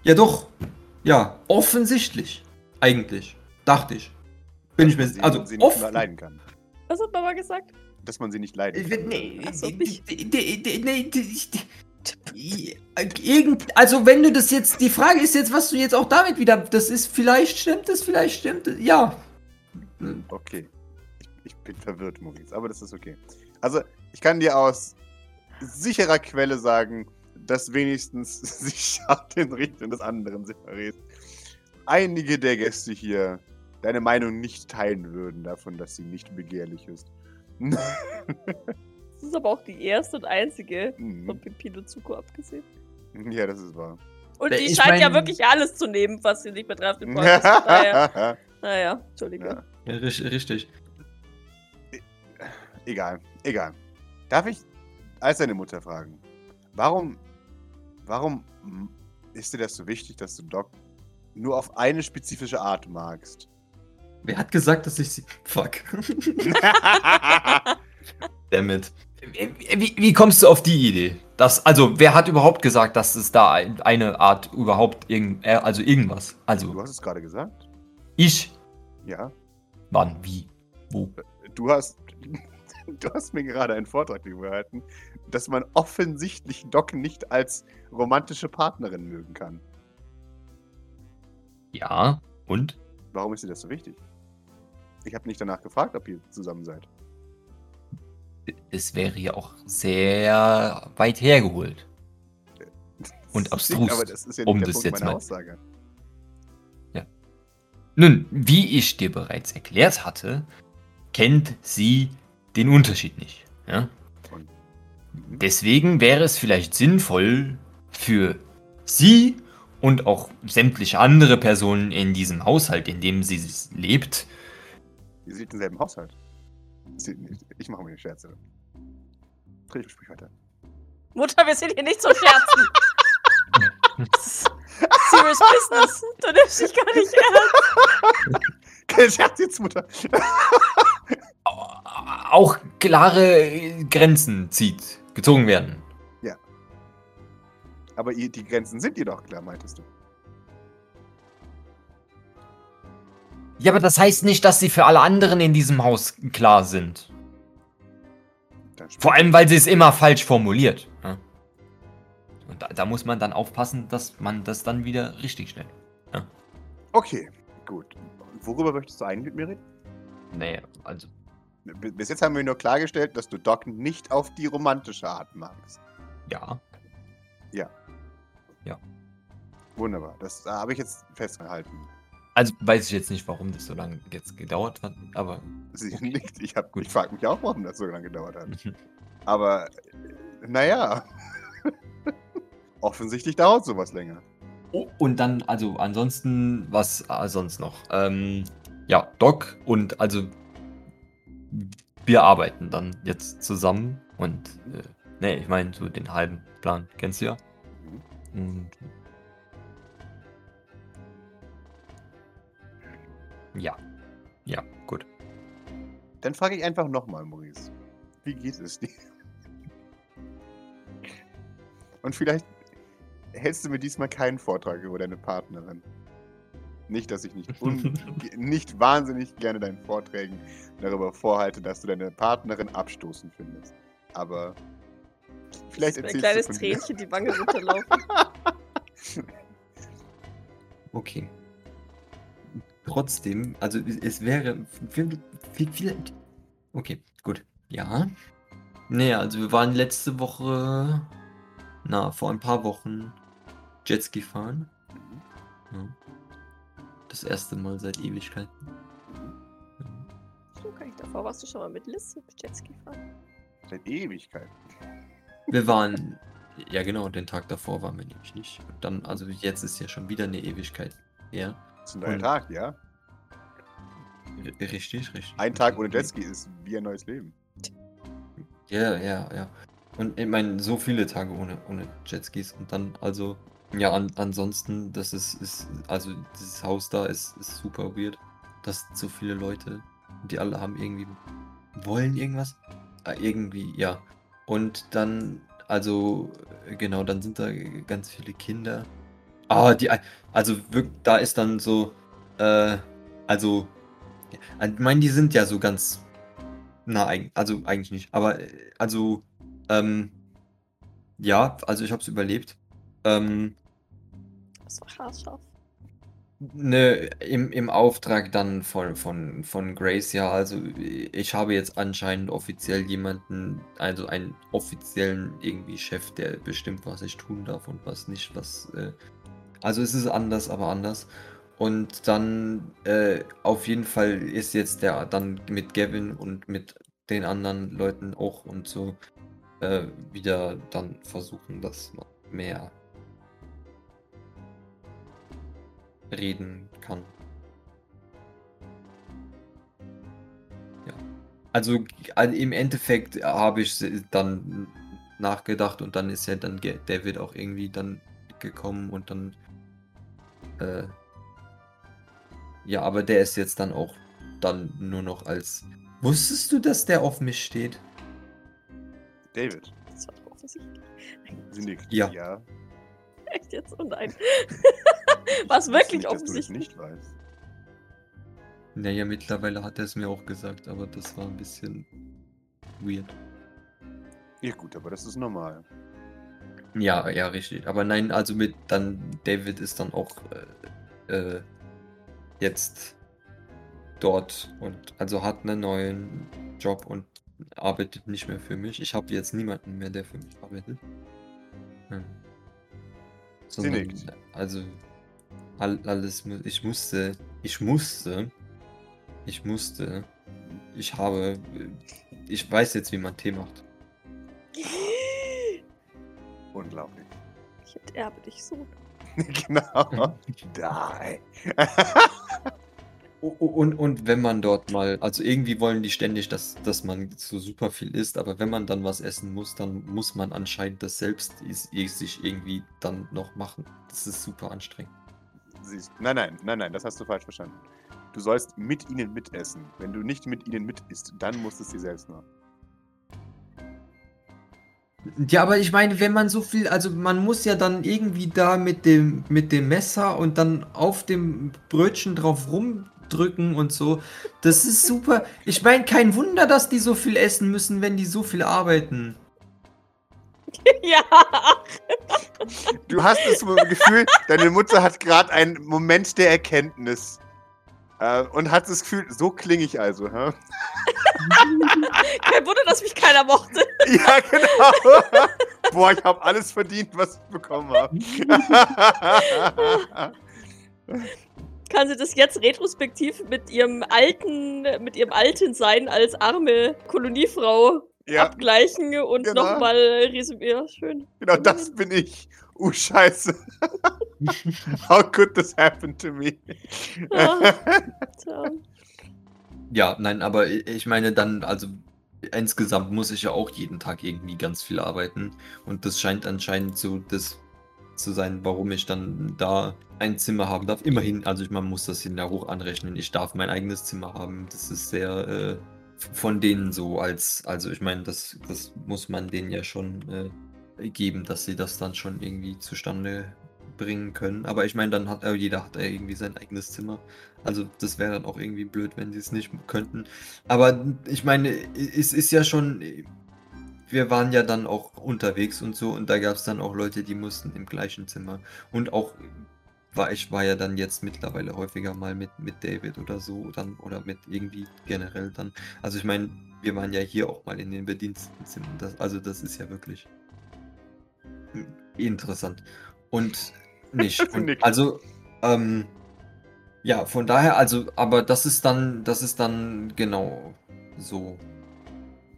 D: ja doch, ja, offensichtlich, eigentlich, dachte ich. Bin ich mir,
A: Sie-
D: also,
A: sie nicht mehr
D: offen,
A: leiden kann.
B: Was hat Mama gesagt?
A: Dass man sie nicht leiden
D: Ich will-
A: kann.
D: nee,
B: Ach so,
D: die-
B: mich.
D: die- die- die- nee, die- die- die- Irgend, also wenn du das jetzt, die Frage ist jetzt, was du jetzt auch damit wieder, das ist, vielleicht stimmt es, vielleicht stimmt es, ja.
A: Okay. Ich, ich bin verwirrt, Maurice, aber das ist okay. Also, ich kann dir aus sicherer Quelle sagen, dass wenigstens sich Schad den Richtern des anderen separiert. Einige der Gäste hier deine Meinung nicht teilen würden davon, dass sie nicht begehrlich ist.
B: Das ist aber auch die erste und einzige von
A: Mhm.
B: Pepino Zuko abgesehen.
A: Ja, das ist wahr.
B: Und
D: Ja,
B: die
D: ich
B: scheint ja
D: mein-
B: wirklich alles zu nehmen, was sie nicht mehr drauf im Podcast hat. Naja,
A: Ja.
B: naja Entschuldige.
D: Ja, richtig.
A: Egal, egal. Darf ich als deine Mutter fragen, warum, warum mm, ist dir das so wichtig, dass du Doc nur auf eine spezifische Art magst?
D: Wer hat gesagt, dass ich sie. Fuck. Damit.
C: Wie, wie kommst du auf die Idee? Das, also, wer hat überhaupt gesagt, dass es da ein- eine Art überhaupt irgend, äh, also irgendwas?
A: du
C: Also,
A: hast es gerade gesagt.
C: ich,
A: Ja,
C: wann, wie, wo?
A: du hast, du hast mir gerade einen Vortrag darüber gehalten, dass man offensichtlich Doc nicht als romantische Partnerin mögen kann.
C: Ja, und?
A: Warum ist dir das so wichtig? Ich habe nicht danach gefragt, ob ihr zusammen seid.
C: Es wäre ja auch sehr weit hergeholt. Und
A: Das ist-
C: abstrus,
A: Aber das ist ja nicht
C: um
A: der
C: das
A: Punkt
C: jetzt
A: meiner
C: mal-
A: Aussage.
C: Nun, wie ich dir bereits erklärt hatte, kennt sie den Unterschied nicht. Ja?
A: Mhm.
C: Deswegen wäre es vielleicht sinnvoll für sie und auch sämtliche andere Personen in diesem Haushalt, in dem sie s- lebt,
A: Ihr seht denselben Haushalt. Sie- Ich mache mir die Scherze. Dreh ich sprich weiter.
B: Mutter, wir sind hier nicht zum Scherzen. Das ist Serious Business. Du nimmst dich gar nicht ernst.
A: Kein Scherz jetzt, Mutter.
C: auch klare Grenzen zieht, gezogen werden.
A: Aber ihr, die Grenzen sind ihr doch klar, meintest du.
C: Ja, aber das heißt nicht, dass sie für alle anderen in diesem Haus klar sind.
A: Dann sprich-
C: Vor allem, weil sie es immer falsch formuliert. Ja? Und da, da muss man dann aufpassen, dass man das dann wieder richtig stellt.
A: Okay, gut. Worüber möchtest du eigentlich mit mir reden?
C: Nee, also.
A: B- Bis jetzt haben wir nur klargestellt, dass du Doc nicht auf die romantische Art magst.
C: Ja.
A: Wunderbar, das äh, habe ich jetzt festgehalten.
C: Also weiß ich jetzt nicht, warum das so lange jetzt gedauert hat, aber.
A: Sie nickt. Ich, hab-
C: Gut.
A: ich frage mich auch, warum das so lange gedauert hat.
C: Mhm.
A: Aber äh, naja. Offensichtlich dauert sowas länger.
C: Oh, und dann, also ansonsten, was äh, sonst noch? Ähm, ja, Doc und also wir arbeiten dann jetzt zusammen und äh, nee, ich meine, so den halben Plan kennst du ja.
A: Mhm.
C: Und ja, ja, gut.
A: Dann frage ich einfach nochmal, Maurice. Wie geht es dir? Und vielleicht hältst du mir diesmal keinen Vortrag über deine Partnerin. Nicht, dass ich nicht, un ge- nicht wahnsinnig gerne deinen Vorträgen darüber vorhalte, dass du deine Partnerin abstoßend findest. Aber vielleicht
B: Ist mir ein
A: erzählst du
B: kleines
A: von dir.
B: Tränchen die Wange runterlaufen.
D: Okay. Trotzdem, also es wäre viel- viel- vielleicht. Okay, gut. Ja. Naja, also wir waren letzte Woche, na, vor ein paar Wochen Jetski fahren.
A: Mhm.
D: Ja. Das erste Mal seit Ewigkeiten. Ja.
B: So kann ich davor. Warst du schon mal mit Liz mit Jetski fahren?
A: Seit Ewigkeit.
D: Wir waren, ja genau, den Tag davor waren wir nämlich nicht. Und dann, also jetzt ist ja schon wieder eine Ewigkeit. Ja,
A: Das ist ein neuer
D: Und-
A: Tag, ja?
D: richtig, richtig.
A: Ein Tag ohne Jetski ist wie ein neues Leben.
D: Ja, ja, ja. Und ich meine, so viele Tage ohne, ohne Jetskis und dann, also, ja, an, ansonsten, das ist, ist, also dieses Haus da ist, ist super weird. Das sind so viele Leute, die alle haben irgendwie, wollen irgendwas? Ah, irgendwie, ja. Und dann, also, äh, genau, dann sind da ganz viele Kinder. Ah, die, ein- also wirklich, da ist dann so, äh, also, ich meine, die sind ja so ganz na, eig- also eigentlich nicht. Aber äh, also, ähm, ja, also ich habe es überlebt. Ähm,
B: Das war haarscharf.
D: ne, im, im Auftrag dann von, von, von Grace, ja, also äh, ich habe jetzt anscheinend offiziell jemanden, also einen offiziellen irgendwie Chef, der bestimmt, was ich tun darf und was nicht, was, äh, also es ist anders, aber anders. Und dann, äh, auf jeden Fall ist jetzt der dann mit Gavin und mit den anderen Leuten auch und so äh, wieder dann versuchen, dass man mehr reden kann. Ja. Also g- al- im Endeffekt habe ich se- dann nachgedacht und dann ist ja dann Ge- David auch irgendwie dann gekommen und dann äh, ja, aber der ist jetzt dann auch dann nur noch als Wusstest du, dass der auf mich steht?
A: David,
B: Das war doch offensichtlich.
A: sie nickt.
D: Ja.
A: ja.
B: Echt jetzt? Oh nein. War es wirklich
A: Nicht, dass du das
B: offensichtlich?
A: nicht weißt.
D: Naja, mittlerweile hat er es mir auch gesagt, aber das war ein bisschen weird.
A: Ja gut, aber das ist normal.
D: Ja, ja, richtig. Aber nein, also mit dann David ist dann auch äh, äh, jetzt dort und also hat einen neuen Job und arbeitet nicht mehr für mich. Ich habe jetzt niemanden mehr, der für mich arbeitet. Hm. Sondern,
A: nickt.
D: also all, alles, mu- ich musste, ich musste, ich musste Ich habe. Ich weiß jetzt, wie man Tee macht.
A: Unglaublich.
B: Ich enterbe dich so.
A: genau. Da, ey.
D: U- u- Und, und wenn man dort mal, also irgendwie wollen die ständig, dass, dass man so super viel isst, aber wenn man dann was essen muss, dann muss man anscheinend das selbst is- is- sich irgendwie dann noch machen. Das ist super anstrengend.
A: Siehst- Nein, nein, nein, nein, das hast du falsch verstanden. Du sollst mit ihnen mitessen. Wenn du nicht mit ihnen mitisst, dann musst du es dir selbst machen.
D: Ja, aber ich meine, wenn man so viel, also man muss ja dann irgendwie da mit dem, mit dem Messer und dann auf dem Brötchen drauf rumdrücken und so. Das ist super. Ich meine, kein Wunder, dass die so viel essen müssen, wenn die so viel arbeiten.
B: ja!
A: Du hast das Gefühl, deine Mutter hat gerade einen Moment der Erkenntnis. Äh, und hat das Gefühl, so klinge ich also. Hä?
B: Kein Wunder, dass mich keiner mochte.
A: Ja, genau. Boah, ich habe alles verdient, was ich bekommen habe.
B: Kann sie das jetzt retrospektiv mit ihrem alten, mit ihrem alten Sein als arme Koloniefrau
A: ja,
B: abgleichen und
A: Genau.
B: nochmal resümieren? Ja, schön.
A: genau das bin ich. Uh, scheiße. How could this happen to me?
B: Ah, tja.
D: Ja, nein, aber i- ich meine dann, also insgesamt muss ich ja auch jeden Tag irgendwie ganz viel arbeiten. Und das scheint anscheinend so das zu sein, warum ich dann da ein Zimmer haben darf. Immerhin, also ich, man muss das hin da hoch anrechnen. Ich darf mein eigenes Zimmer haben. Das ist sehr äh, f- von denen so als, also ich meine, das, das muss man denen ja schon äh, geben, dass sie das dann schon irgendwie zustande bringen können. Aber ich meine, dann hat äh, jeder hat ja irgendwie sein eigenes Zimmer. Also das wäre dann auch irgendwie blöd, wenn sie es nicht könnten. Aber ich meine, es ist ja schon, wir waren ja dann auch unterwegs und so und da gab es dann auch Leute, die mussten im gleichen Zimmer. Und auch war ich war ja dann jetzt mittlerweile häufiger mal mit, mit David oder so dann oder mit irgendwie generell dann. Also ich meine, wir waren ja hier auch mal in den Bedienstetenzimmern. Das, also das ist ja wirklich interessant. Und nicht. Und
A: Nick.
D: also ähm, ja, von daher, also, aber das ist dann, das ist dann genau so.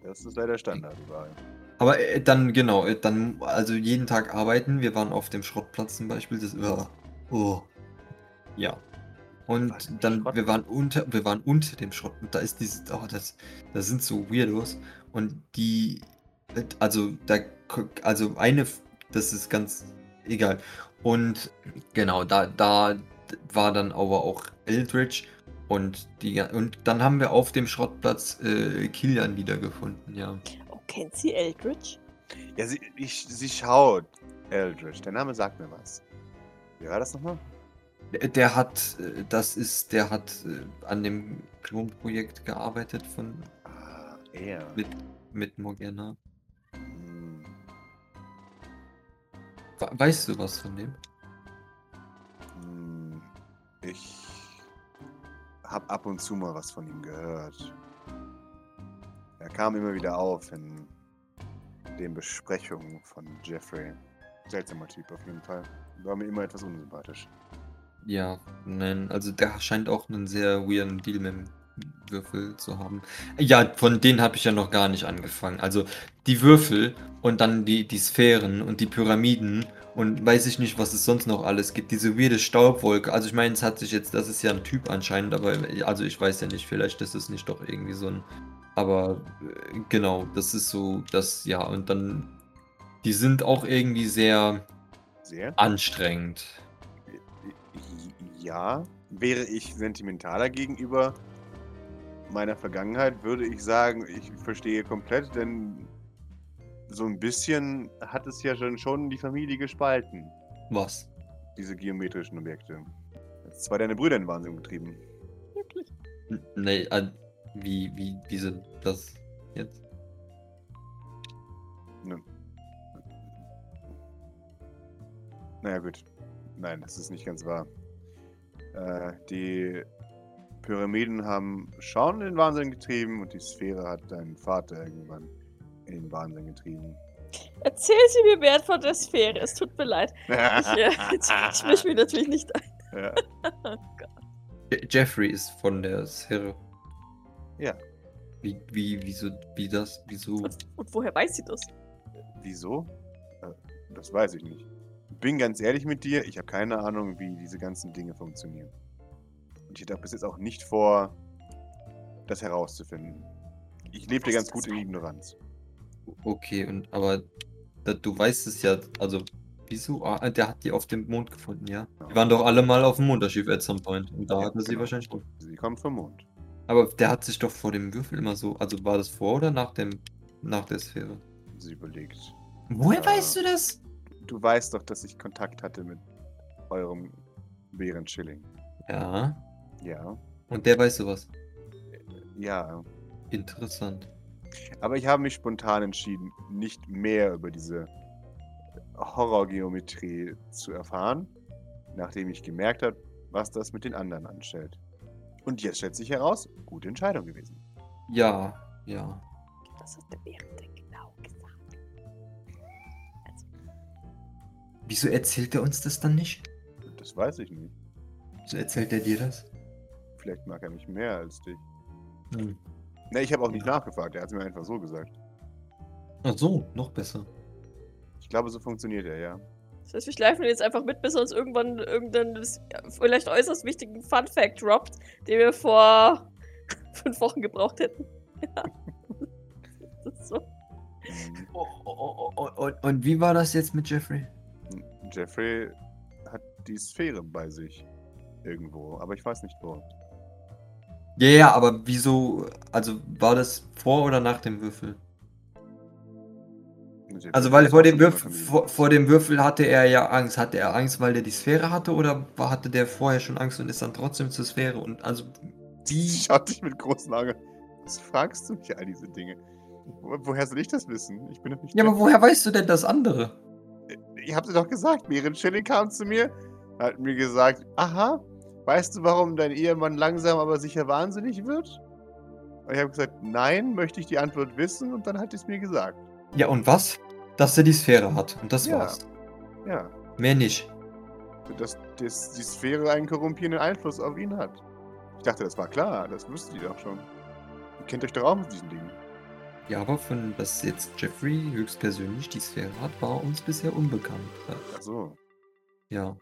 A: Das ist leider Standard überall.
D: Aber äh, dann, genau, äh, dann, also jeden Tag arbeiten. Wir waren auf dem Schrottplatz zum Beispiel. Das, uh, uh, ja. Und
A: Was,
D: dann,
A: Schrott?
D: wir waren unter, wir waren unter dem Schrott. Und da ist dieses, oh, das, das sind so Weirdos. Und die, äh, also, da, k- also eine, F- das ist ganz egal. Und genau, da, da war dann aber auch Eldritch. Und, die, und dann haben wir auf dem Schrottplatz äh, Kilian wiedergefunden, ja.
B: Oh, kennt sie Eldritch?
A: Ja, sie, ich, sie schaut. Eldritch, der Name sagt mir was. Wie war das nochmal?
D: Der- Der hat, äh, das ist, der hat äh, an dem Klonprojekt gearbeitet von
A: Ah, er.
D: mit, mit Morgana.
A: Hm.
D: We- Weißt du was von dem?
A: Hm, Ich habe ab und zu mal was von ihm gehört. Er kam immer wieder auf in den Besprechungen von Jeffrey. Seltsamer Typ auf jeden Fall. War mir immer etwas unsympathisch.
D: Ja, nein, also der scheint auch einen sehr weirden Deal mit dem Würfel zu haben. Ja, von denen habe ich ja noch gar nicht angefangen. Also die Würfel und dann die, die Sphären und die Pyramiden und weiß ich nicht, was es sonst noch alles gibt. Diese weirde Staubwolke. Also ich meine, es hat sich jetzt, das ist ja ein Typ anscheinend, aber also ich weiß ja nicht, vielleicht ist es nicht doch irgendwie so ein. Aber äh, genau, das ist so, das, ja, und dann. Die sind auch irgendwie sehr
A: Sehr?
D: anstrengend.
A: Ja. Wäre ich sentimentaler gegenüber meiner Vergangenheit, würde ich sagen, ich verstehe komplett, denn so ein bisschen hat es ja schon, schon die Familie gespalten.
D: Was?
A: diese geometrischen Objekte. Als zwei deine Brüder in Wahnsinn getrieben.
B: Wirklich?
D: N- Nee, äh, wie, wie, diese, das jetzt?
A: Naja, gut. Nein, das ist nicht ganz wahr. Äh, die Pyramiden haben Sean in den Wahnsinn getrieben und die Sphäre hat deinen Vater irgendwann in den Wahnsinn getrieben.
B: Erzähl sie mir mehr von der Sphäre. Es tut mir leid. Ich, äh, jetzt, ich mische
A: ja.
B: mich natürlich nicht ein.
D: Je- Jeffrey ist von der Serie.
A: Ja.
D: Wie, wie, wieso, wie das, wieso?
B: Und, und woher weiß sie das?
A: Wieso? Äh, Das weiß ich nicht. Bin ganz ehrlich mit dir, ich habe keine Ahnung, wie diese ganzen Dinge funktionieren. Und ich hätte auch bis jetzt auch nicht vor, das herauszufinden. Ich lebte
B: weißt
A: ganz
B: du
A: gut
B: das
A: in
B: halt?
A: Ignoranz.
D: Okay, und aber da, du weißt es ja, also wieso? Ah, der hat die auf dem Mond gefunden, ja? Die waren doch alle mal auf dem Monderschiff at some point. Und da
A: Ja,
D: hat er sie
A: genau.
D: wahrscheinlich drauf.
A: Sie kommt vom Mond.
D: Aber der hat sich doch vor dem Würfel immer so. Also war das vor oder nach dem nach der Sphäre?
A: Sie überlegt.
D: Woher
A: Ja.
D: weißt du das?
A: Du weißt doch, dass ich Kontakt hatte mit eurem Bären Schilling.
D: Ja.
A: Ja,
D: Und der weiß sowas.
A: ja.
D: Interessant.
A: Aber ich habe mich spontan entschieden, nicht mehr über diese Horrorgeometrie zu erfahren, nachdem ich gemerkt habe, was das mit den anderen anstellt. Und jetzt stellt sich heraus, gute Entscheidung gewesen.
D: Ja, ja.
B: Das hat der Bären denn genau gesagt.
D: Wieso erzählt er uns das dann nicht?
A: Das weiß ich nicht.
D: Wieso erzählt er dir das?
A: Vielleicht mag er mich mehr als dich.
D: Hm.
A: Ne, ich habe auch nicht nachgefragt, er hat es mir einfach so gesagt.
D: Ach so, noch besser.
A: Ich glaube, so funktioniert er, ja.
B: Das heißt, wir schleifen ihn jetzt einfach mit, bis er uns irgendwann irgendeinen s- vielleicht äußerst wichtigen Fun Fact droppt, den wir vor fünf Wochen gebraucht hätten. Ja. das ist so.
A: Mhm.
D: Oh, oh, oh, oh, oh, und, und wie war das jetzt mit Jeffrey?
A: Hm, Jeffrey hat die Sphäre bei sich. Irgendwo, aber ich weiß nicht wo.
D: Ja, ja, aber wieso? Also war das vor oder nach dem Würfel?
A: Jeffrey
D: Also weil
A: ist
D: vor
A: auch
D: dem
A: schon immer
D: Würfel,
A: Familie.
D: vor, vor dem Würfel hatte er ja Angst. Hatte er Angst, weil der die Sphäre hatte oder war- hatte der vorher schon Angst und ist dann trotzdem zur Sphäre? Und also wie?
A: Schaut dich mit großen Augen. an. Was fragst du mich all diese Dinge? Wo, woher soll ich das wissen? Ich bin doch nicht.
D: Ja,
A: der-
D: aber woher weißt du denn das andere?
A: Ich hab's dir doch gesagt. Miriam Schilling kam zu mir, hat mir gesagt: Aha, weißt du, warum dein Ehemann langsam aber sicher wahnsinnig wird? Und ich habe gesagt: Nein, möchte ich die Antwort wissen? Und dann hat es mir gesagt.
D: Ja, und was? Dass er die Sphäre hat. Und das
A: Ja.
D: war's.
A: Ja,
D: Mehr nicht.
A: dass, dass die Sphäre einen korrumpierenden Einfluss auf ihn hat. Ich dachte, das war klar. Das wüsstet ihr doch schon. Ihr kennt euch doch auch mit diesen Dingen.
D: Ja, aber von dass jetzt Jeffrey höchstpersönlich die Sphäre hat, war uns bisher unbekannt.
A: Ach so.
D: Ja.